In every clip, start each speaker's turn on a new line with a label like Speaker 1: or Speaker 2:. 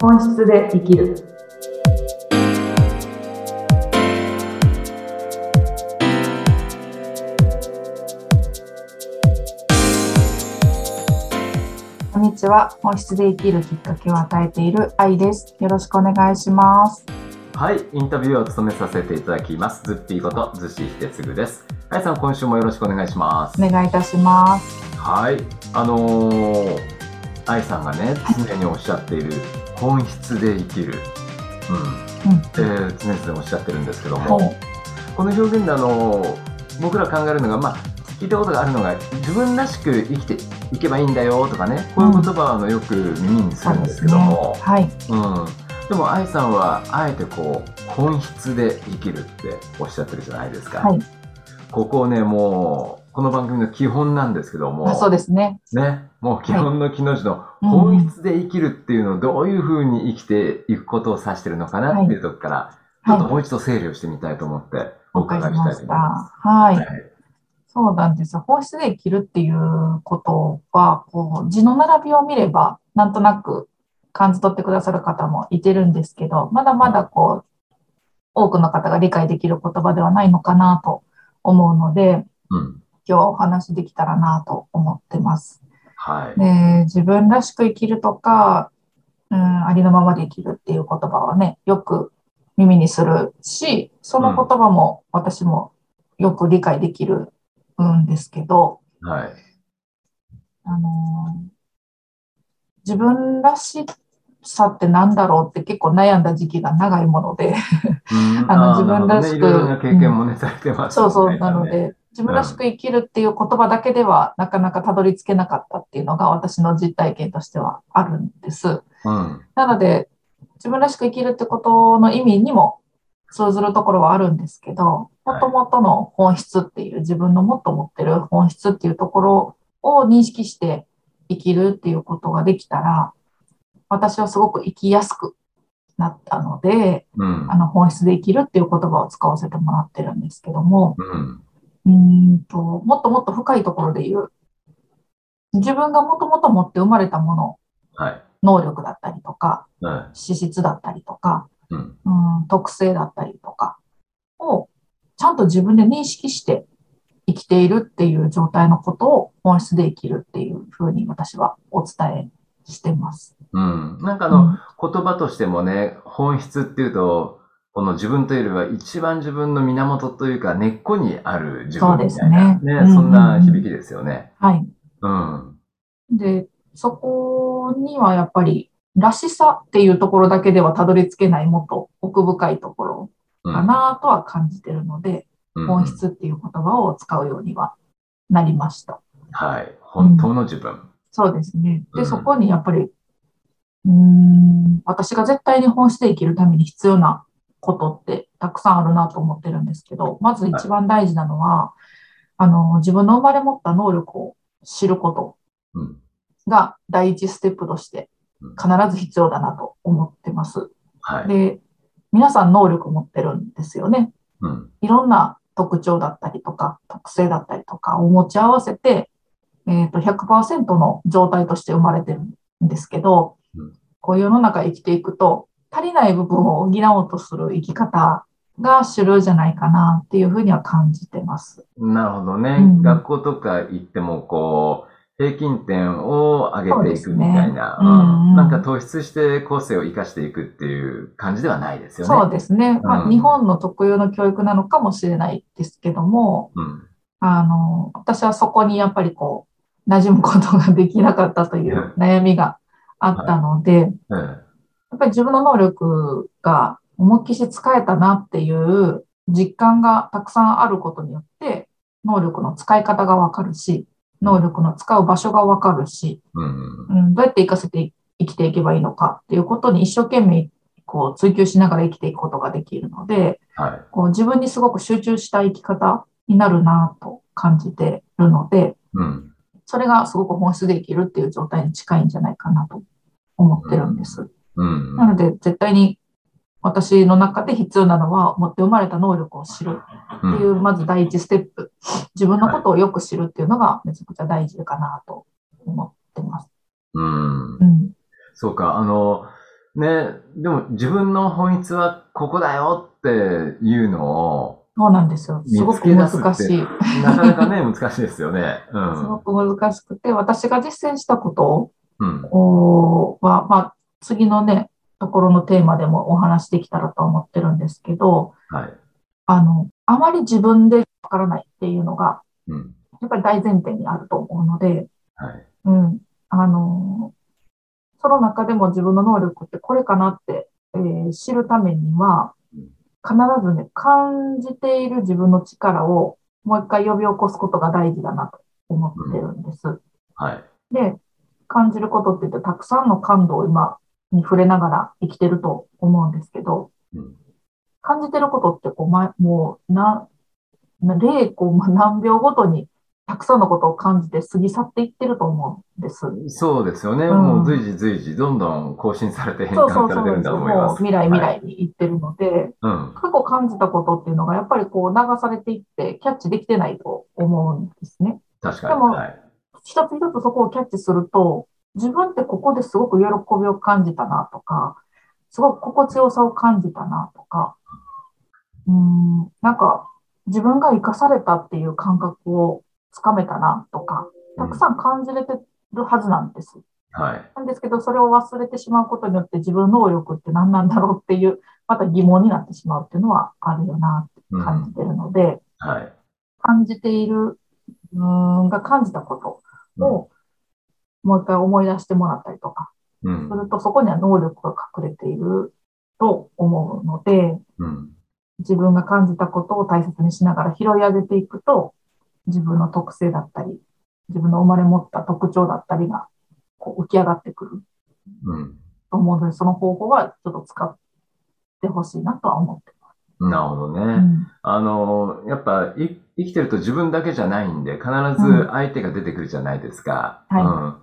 Speaker 1: 本質で生きる。こんにちは。本質で生きるきっかけを与えている愛です。よろしくお願いします。
Speaker 2: はい、インタビューを務めさせていただきます。ズッピーこと、ズシヒデツグです。あいさん、今週もよろしくお願いします。
Speaker 1: お願いいたします。
Speaker 2: はい、あのー、あいさんがね、常におっしゃっている、本質で生きる。うん。
Speaker 1: うん
Speaker 2: えー常々おっしゃってるんですけども、
Speaker 1: はい
Speaker 2: この表現であのー僕ら考えるのが、まあ、聞いたことがあるのが、自分らしく生きていけばいいんだよとかね、こういう言葉はあのよく耳にするんですけども、
Speaker 1: はい。
Speaker 2: うん、でも愛さんはあえてこう本質で生きるっておっしゃってるじゃないですか、
Speaker 1: はい。
Speaker 2: ここねもうこの番組の基本なんですけども
Speaker 1: あそうですね。
Speaker 2: ね、もう基本の木の字の
Speaker 1: うん
Speaker 2: 本質で生きるっていうのをどういうふうに生きていくことを指してるのかなっていうとこから、ちょっと
Speaker 1: は
Speaker 2: もう一度整理をしてみたいと思ってお
Speaker 1: い。わか
Speaker 2: 伺
Speaker 1: り
Speaker 2: いしたい
Speaker 1: ました。
Speaker 2: と思います。
Speaker 1: はい。
Speaker 2: はい
Speaker 1: そうなんです。本質で生きるっていうことは、こう、字の並びを見れば、なんとなく感じ取ってくださる方もいてるんですけど、まだまだこう、多くの方が理解できる言葉ではないのかなと思うので、
Speaker 2: うん
Speaker 1: 今日はお話できたらなと思ってます。
Speaker 2: はい
Speaker 1: で自分らしく生きるとか、うん、ありのままで生きるっていう言葉はね、よく耳にするし、その言葉も私もよく理解できるんですけど、
Speaker 2: はい
Speaker 1: あのー自分らしさってなんだろうって結構悩んだ時期が長いもので、
Speaker 2: うん
Speaker 1: あの
Speaker 2: ー
Speaker 1: 自分らしく
Speaker 2: なるほどねいろいろな経験もね、されてます
Speaker 1: そうそう、なの
Speaker 2: ね
Speaker 1: で、自分らしく生きるっていう言葉だけではなかなかたどり着けなかったっていうのが私の実体験としてはあるんです。
Speaker 2: うん
Speaker 1: なので、自分らしく生きるってことの意味にも通ずるところはあるんですけど、
Speaker 2: はい
Speaker 1: 元々の本質っていう、自分のもっと持ってる本質っていうところを認識して生きるっていうことができたら、私はすごく生きやすくなったので、
Speaker 2: うん
Speaker 1: あの、本質で生きるっていう言葉を使わせてもらってるんですけども、
Speaker 2: うん
Speaker 1: うーんと、もっともっと深いところで言う、自分がもともと持って生まれたもの、
Speaker 2: はい
Speaker 1: 能力だったりとか、
Speaker 2: うん
Speaker 1: 資質だったりとか、
Speaker 2: うん
Speaker 1: うん、特性だったりとかをちゃんと自分で認識して生きているっていう状態のことを本質で生きるっていうふうに私はお伝えしてます。
Speaker 2: うん。なんかあ
Speaker 1: あ
Speaker 2: の、言葉としてもね、本質っていうと、この自分というよりは一番自分の源というか根っこにある自
Speaker 1: そ
Speaker 2: 分みたいな。
Speaker 1: うですねうん
Speaker 2: そんな響きですよね。
Speaker 1: はい。
Speaker 2: うん。
Speaker 1: で、そこにはやっぱりらしさっていうところだけではたどり着けないもっと奥深いところ
Speaker 2: うん
Speaker 1: かなとは感じてるので、
Speaker 2: うん
Speaker 1: 本質っていう言葉を使うようにはなりました。
Speaker 2: はい。本当の自分。
Speaker 1: そうですね。
Speaker 2: う
Speaker 1: で、
Speaker 2: ん
Speaker 1: そこにやっぱり、うーん、私が絶対に本質で生きるために必要なことってたくさんあるなと思ってるんですけど、まず一番大事なのは、あの、自分の生まれ持った能力を知るこ
Speaker 2: うん。
Speaker 1: とが第一ステップとして必ず必要だなと思ってます。
Speaker 2: はい。
Speaker 1: で、皆さん能力持ってるんですよね。
Speaker 2: うん。
Speaker 1: いろんな特徴だったりとか、特性だったりとかを持ち合わせて、えっ、と、100%の状態として生まれてるんですけど
Speaker 2: うん、
Speaker 1: こう世の中生きていくと、足りない部分を補おうとする生き方が主流じゃないかなっていうふうには感じてます。
Speaker 2: なるほどね。
Speaker 1: うん
Speaker 2: 学校とか行っても、こう、平均点を上げてい
Speaker 1: そ
Speaker 2: く
Speaker 1: うですね
Speaker 2: みたいな。
Speaker 1: うんうん
Speaker 2: なんか突出して個性を生かしていくっていう感じではないですよね。
Speaker 1: そうですね。ま
Speaker 2: う
Speaker 1: あ、
Speaker 2: ん
Speaker 1: 日本の特有の教育なのかもしれないですけども、
Speaker 2: うん。
Speaker 1: あの、私はそこにやっぱりこう、馴染むことができなかったという悩みがあったので、
Speaker 2: うん。
Speaker 1: やっぱり自分の能力が思いっきし使えたなっていう実感がたくさんあることによって、能力の使い方がわかるし、能力の使う場所がわかるし、
Speaker 2: うん。
Speaker 1: うん、どうやって活かせて生きていけばいいのかっていうことに一生懸命こう追求しながら生きていくことができるので、
Speaker 2: はい。
Speaker 1: こう自分にすごく集中した生き方になるなと感じてるので、
Speaker 2: うん。
Speaker 1: それがすごく本質で生きるっていう状態に近いんじゃないかなと思ってるんです。
Speaker 2: うん。
Speaker 1: なので、絶対に私の中で必要なのは、持って生まれた能力を知る
Speaker 2: う
Speaker 1: って
Speaker 2: ん
Speaker 1: いう、まず第一ステップ。自分のことをよく知るっていうのが、めちゃくちゃ大事かなと思ってます。
Speaker 2: うん
Speaker 1: うん。
Speaker 2: そうか、あの、ね、でも自分の本質はここだよっていうのを、
Speaker 1: そうなんですよ。すごく難しい。
Speaker 2: なかなかね、難しいですよね。う
Speaker 1: すご
Speaker 2: ん。
Speaker 1: く難しくて、私が実践したこと
Speaker 2: うん。
Speaker 1: をは、まあ、次のね、ところのテーマでもお話しできたらと思ってるんですけど、
Speaker 2: はい。
Speaker 1: あの、あまり自分でわからないっていうのが、
Speaker 2: うん。
Speaker 1: やっぱり大前提にあると思うので、
Speaker 2: はい。
Speaker 1: うん。あの、その中でも自分の能力ってこれかなって、えー知るためには
Speaker 2: うん、
Speaker 1: 必ずね、感じている自分の力をもう一回呼び起こすことが大事だなと思ってるんです。
Speaker 2: はい。
Speaker 1: で、感じることって言ってたくさんの感度を今に触れながら生きてると思うんですけど、
Speaker 2: うん
Speaker 1: 感じてることってこう、ま、もうな、な0コンマ何秒ごとにたくさんのことを感じて過ぎ去っていってると思うんです。
Speaker 2: そうですよね。
Speaker 1: うん
Speaker 2: もう随時随時、どんどん更新されて変
Speaker 1: そうそ
Speaker 2: 換
Speaker 1: う
Speaker 2: され
Speaker 1: そうな
Speaker 2: てる
Speaker 1: んで
Speaker 2: ん
Speaker 1: す
Speaker 2: だ
Speaker 1: よ。
Speaker 2: と思い
Speaker 1: もう
Speaker 2: ます。
Speaker 1: 未来未
Speaker 2: はい
Speaker 1: 来に行ってるので、
Speaker 2: うん。
Speaker 1: 過去感じたことっていうのがやっぱりこう流されていってキャッチできてないと思うんですね。
Speaker 2: 確かに。
Speaker 1: でも
Speaker 2: はい。
Speaker 1: 一つ一つそこをキャッチすると、自分ってここですごく喜びを感じたなとか、すごく心地よさを感じたなとか、うーん、なんか自分が生かされたっていう感覚をつかめたなとか、たくさん感じれてるはずなんです。
Speaker 2: はい。
Speaker 1: なんですけど、それを忘れてしまうことによって自分の能力って何なんだろうっていう、また疑問になってしまうっていうのはあるよなって
Speaker 2: うん。
Speaker 1: 感
Speaker 2: は
Speaker 1: じてるので、
Speaker 2: い。
Speaker 1: 感じている、うーん、が感じたことを、もう一回思い出してもらったりとか、
Speaker 2: う
Speaker 1: す
Speaker 2: ん。
Speaker 1: るとそこには能力が隠れていると思うので、
Speaker 2: うん。
Speaker 1: 自分が感じたことを大切にしながら拾い上げていくと、自分の特性だったり、自分の生まれ持った特徴だったりが、こう浮き上がってくる
Speaker 2: うん。
Speaker 1: と思うので、その方法はちょっと使ってほしいなとは思ってま
Speaker 2: なるほどね。
Speaker 1: す。うん
Speaker 2: あの、やっぱ、い、生きてると自分だけじゃないんで、必ず相手が出てくるじゃないですか。
Speaker 1: はい
Speaker 2: うん。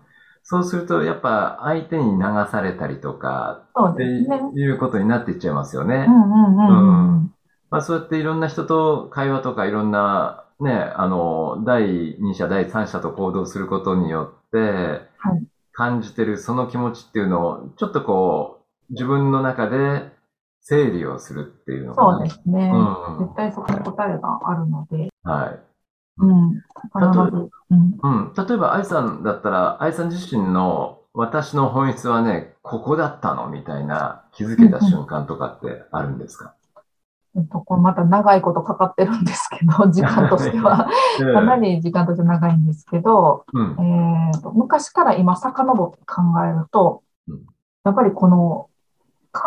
Speaker 2: そうすると、やっぱ、相手に流されたりとか、
Speaker 1: そう
Speaker 2: って
Speaker 1: ですね。
Speaker 2: いうことになっていっちゃいますよね
Speaker 1: う。んうんうんうん。
Speaker 2: まあ、そうやっていろんな人と会話とか、いろんな、ね、あの、第二者、第三者と行動することによって
Speaker 1: はい、
Speaker 2: 感じてるその気持ちっていうのを、ちょっとこう、自分の中で整理をするっていうのかな。
Speaker 1: そうですね。
Speaker 2: うん。
Speaker 1: 絶対そこに答えがあるので、
Speaker 2: はい。
Speaker 1: うん、必ず、うん、
Speaker 2: うん。例えば、愛さんだったら、愛さん自身の私の本質はね、ここだったのみたいな気づけた瞬間とかってあるんですか、
Speaker 1: えっと、これまた長いことかかってるんですけど、時間としては、
Speaker 2: うん、
Speaker 1: かなり時間として長いんですけど、
Speaker 2: うん
Speaker 1: え。ーと昔から今遡って考えると
Speaker 2: うん、
Speaker 1: やっぱりこの感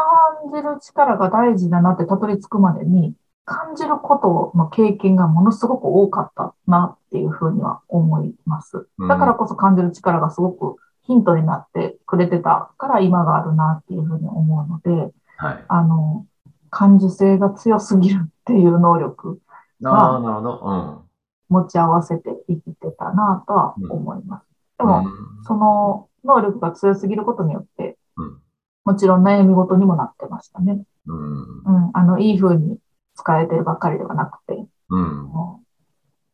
Speaker 1: じる力が大事だなってたどり着くまでに、感じることの経験がものすごく多かったなっていうふうには思います。だからこそ感じる力がすごくヒントになってくれてたから今があるなっていうふうに思うので、
Speaker 2: うん、はい。
Speaker 1: あの、感受性が強すぎるっていう能力
Speaker 2: ああ、なるほど。
Speaker 1: 持ち合わせて生きてたなとは思います。で
Speaker 2: うん。
Speaker 1: も、その能力が強すぎることによって
Speaker 2: うん、
Speaker 1: もちろん悩み事にもなってましたね。
Speaker 2: うん。
Speaker 1: うん、あの、いい風に使えてるばっかりではなくて、
Speaker 2: うん。うん。
Speaker 1: も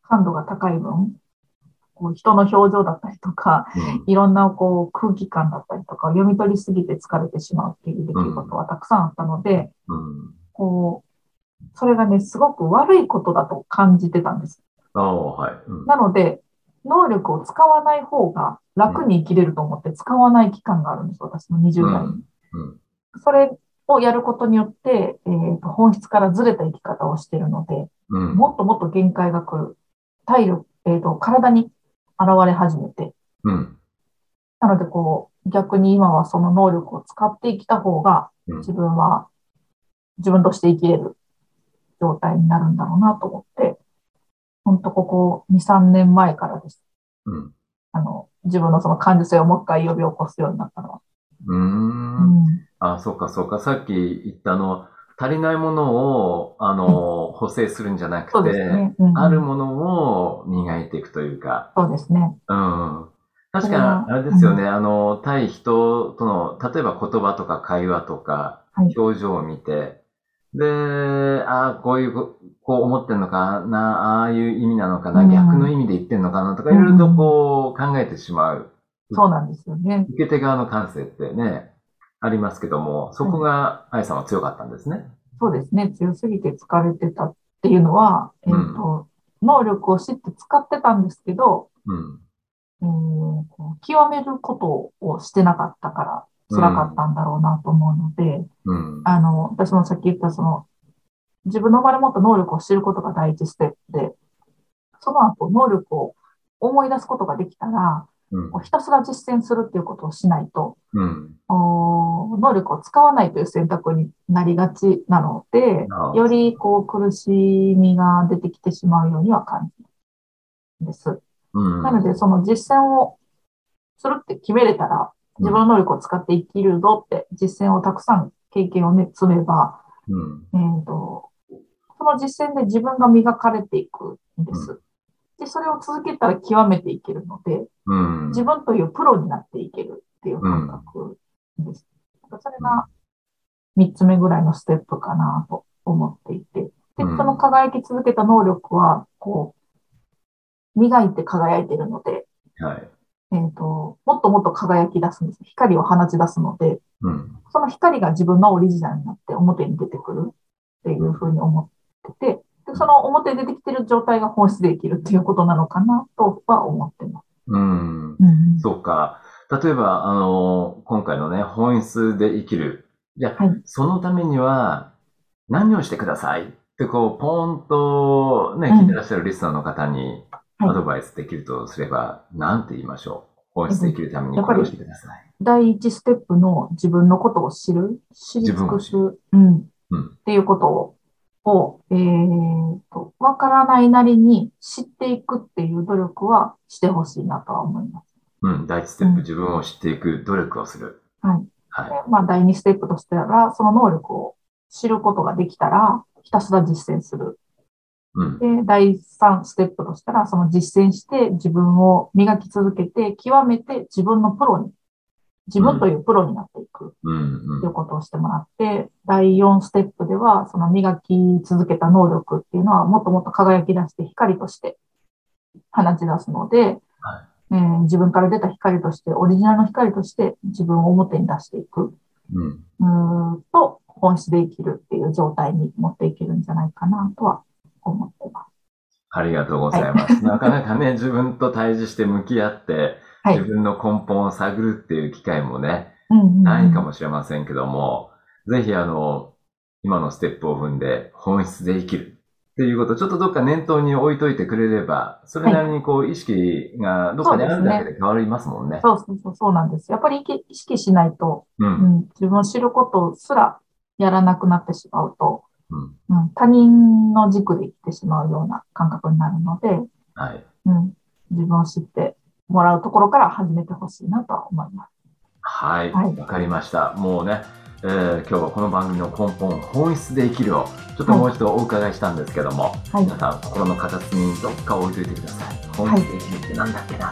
Speaker 1: う感度が高い分、こう人の表情だったりとか、いろんなこう空気感だったりとかを読み取りすぎて疲れてしまうっていう出来事はたくさんあったので、
Speaker 2: うん。
Speaker 1: こう、それがね、すごく悪いことだと感じてたんです。
Speaker 2: ああ、はい。うん。
Speaker 1: なので、能力を使わない方が楽に生きれると思って使わない期間があるんです、私の20代に。
Speaker 2: うん
Speaker 1: それをやることによって、えーと、本質からずれた生き方をしてるので、
Speaker 2: うん。
Speaker 1: もっともっと限界が来る。体力、えーと、体に現れ始めて。
Speaker 2: うん。
Speaker 1: なので、こう、逆に今はその能力を使って生きた方が、
Speaker 2: うん
Speaker 1: 自分は、自分として生きれる状態になるんだろうなと思って、ほんとここ2、3年前からです。
Speaker 2: うん。
Speaker 1: あの、自分のその感受性をもう一回呼び起こすようになったのは。
Speaker 2: うん。
Speaker 1: うん
Speaker 2: あ、そうか、そうか。さっき言ったあの、足りないものを、あの、補正するんじゃな
Speaker 1: そ
Speaker 2: く
Speaker 1: う
Speaker 2: て、
Speaker 1: ですね。うん
Speaker 2: あるものを磨いていくというか、
Speaker 1: そうですね。
Speaker 2: うん。確
Speaker 1: それ
Speaker 2: か
Speaker 1: は
Speaker 2: に、あれですよね、あの、対人との、例えば言葉とか会話とか、
Speaker 1: はい
Speaker 2: 表情を見て、で、ああ、こういうこ、こう思ってんのかな、ああいう意味なのかな、
Speaker 1: うん
Speaker 2: 逆の意味で言ってんのかなとか、いろいろとこう考えてしまう。
Speaker 1: そうなんですよね。
Speaker 2: 受け手側の感性ってね、ありますけども、そこが、あやさんは強かったんですね。
Speaker 1: そうですね、強すぎて疲れてたっていうのは、えっ、と、能力を知って使ってたんですけど、
Speaker 2: うん。
Speaker 1: えーこう極めることをしてなかったから辛かったんだろうなと思うので、
Speaker 2: うん。
Speaker 1: あの、私もさっき言ったその、自分の生まれ持った能力を知ることが第一ステップで、その後能力を思い出すことができたら、
Speaker 2: うん
Speaker 1: こうひたすら実践するっていうことをしないと、
Speaker 2: うん。
Speaker 1: お能力を使わないという選択になりがちなので
Speaker 2: なるほ、ど
Speaker 1: よりこう苦しみが出てきてしまうようには感じるんです。
Speaker 2: うん。
Speaker 1: なので、その実践をするって決めれたら、
Speaker 2: うん
Speaker 1: 自分の能力を使って生きるぞって、実践をたくさん経験をね、積めば、
Speaker 2: うん。
Speaker 1: えーと、その実践で自分が磨かれていくんです。で、それを続けたら極めていけるので、
Speaker 2: うん。
Speaker 1: 自分というプロになっていけるっていう感覚です。それが3つ目ぐらいのステップかなと思っていて。で、そ
Speaker 2: うん
Speaker 1: の輝き続けた能力は、こう、磨いて輝いているので、
Speaker 2: はい。
Speaker 1: えっ、と、もっともっと輝き出すんです。光を放ち出すので、
Speaker 2: うん。
Speaker 1: その光が自分のオリジナルになって表に出てくるっていうふうに思ってて、でその表に出てきてる状態が本質で生きるっていうことなのかなとは思ってます。
Speaker 2: うん。
Speaker 1: うん
Speaker 2: そうか。例えば、あの、今回のね、本質で生きる。いや、
Speaker 1: はい
Speaker 2: そのためには、何をしてくださいって、こう、ポーンと、ね、
Speaker 1: うん
Speaker 2: 聞いてらっしゃるリスナーの方に、
Speaker 1: はい
Speaker 2: アドバイスできるとすれば、なんて言いましょう。本質で生きるために
Speaker 1: やっ
Speaker 2: こ
Speaker 1: ぱり
Speaker 2: れをしてください。
Speaker 1: 第一ステップの自分のことを知る、知り尽くす、
Speaker 2: 自分
Speaker 1: うん、
Speaker 2: うん
Speaker 1: っていうことを、をえーと、わからないなりに知っていくっていう努力はしてほしいなとは思います。
Speaker 2: うん。第一ステッ
Speaker 1: うん
Speaker 2: プ、自分を知っていく努力をする。
Speaker 1: はい。で
Speaker 2: は、
Speaker 1: まあ、第二ステップとしては、その能力を知ることができたら、ひたすら実践する。
Speaker 2: うん。
Speaker 1: で、第三ステップとしたら、その実践して自分を磨き続けて、極めて自分のプロに、自分というプロになっていく。
Speaker 2: うん。
Speaker 1: ってい
Speaker 2: うん
Speaker 1: う。ことをしてもらって、第4ステップでは、その磨き続けた能力っていうのは、もっともっと輝き出して光として放ち出すので、えー自分から出た光として、オリジナルの光として自分を表に出していく、
Speaker 2: うん。
Speaker 1: うーんと、本質で生きるっていう状態に持っていけるんじゃないかなとは思ってます。
Speaker 2: ありがとうございます。なかなかね、自分と対峙して向き合って、
Speaker 1: はい
Speaker 2: 自分の根本を探るっていう機会もね、
Speaker 1: うんうんうん
Speaker 2: ないかもしれませんけども、ぜひあの、今のステップを踏んで本質で生きるっていうことをちょっとどっか念頭に置いといてくれれば、それなりにこう意識がどっかにあるだけで変わりますもんね。
Speaker 1: そうそうそう、そうなんです。やっぱり意識意識しないと、
Speaker 2: う。
Speaker 1: うんん、自分を知ることすらやらなくなってしまうと、
Speaker 2: うん。
Speaker 1: うん、他人の軸で生きてしまうような感覚になるので、
Speaker 2: はい。
Speaker 1: うん、自分を知ってもらうところから始めてほしいなとは思います。
Speaker 2: はい。
Speaker 1: は
Speaker 2: わ、
Speaker 1: い
Speaker 2: かりました。もうね、えー今日はこの番組の根本、本質で生きるを、ちょっともう一度お伺いしたんですけども、
Speaker 1: はい、
Speaker 2: 皆さん心の片隅にどっか置いといてください。本質で生きるってなんだっけな。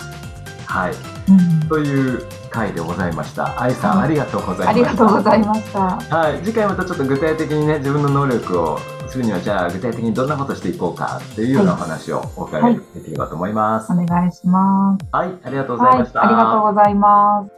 Speaker 2: はい。
Speaker 1: うん、
Speaker 2: という回でございました。愛さん、
Speaker 1: はい
Speaker 2: ありがとうございました。
Speaker 1: ありがとうございました。
Speaker 2: はい、次回またちょっと具体的にね、自分の能力をするには、じゃあ具体的にどんなことしていこうかっていうようなお話をお伺いできればと思います。
Speaker 1: お
Speaker 2: はい、
Speaker 1: 願いします。
Speaker 2: ありがとうござ
Speaker 1: はいい、あ
Speaker 2: ま
Speaker 1: り
Speaker 2: した。
Speaker 1: がとうございます。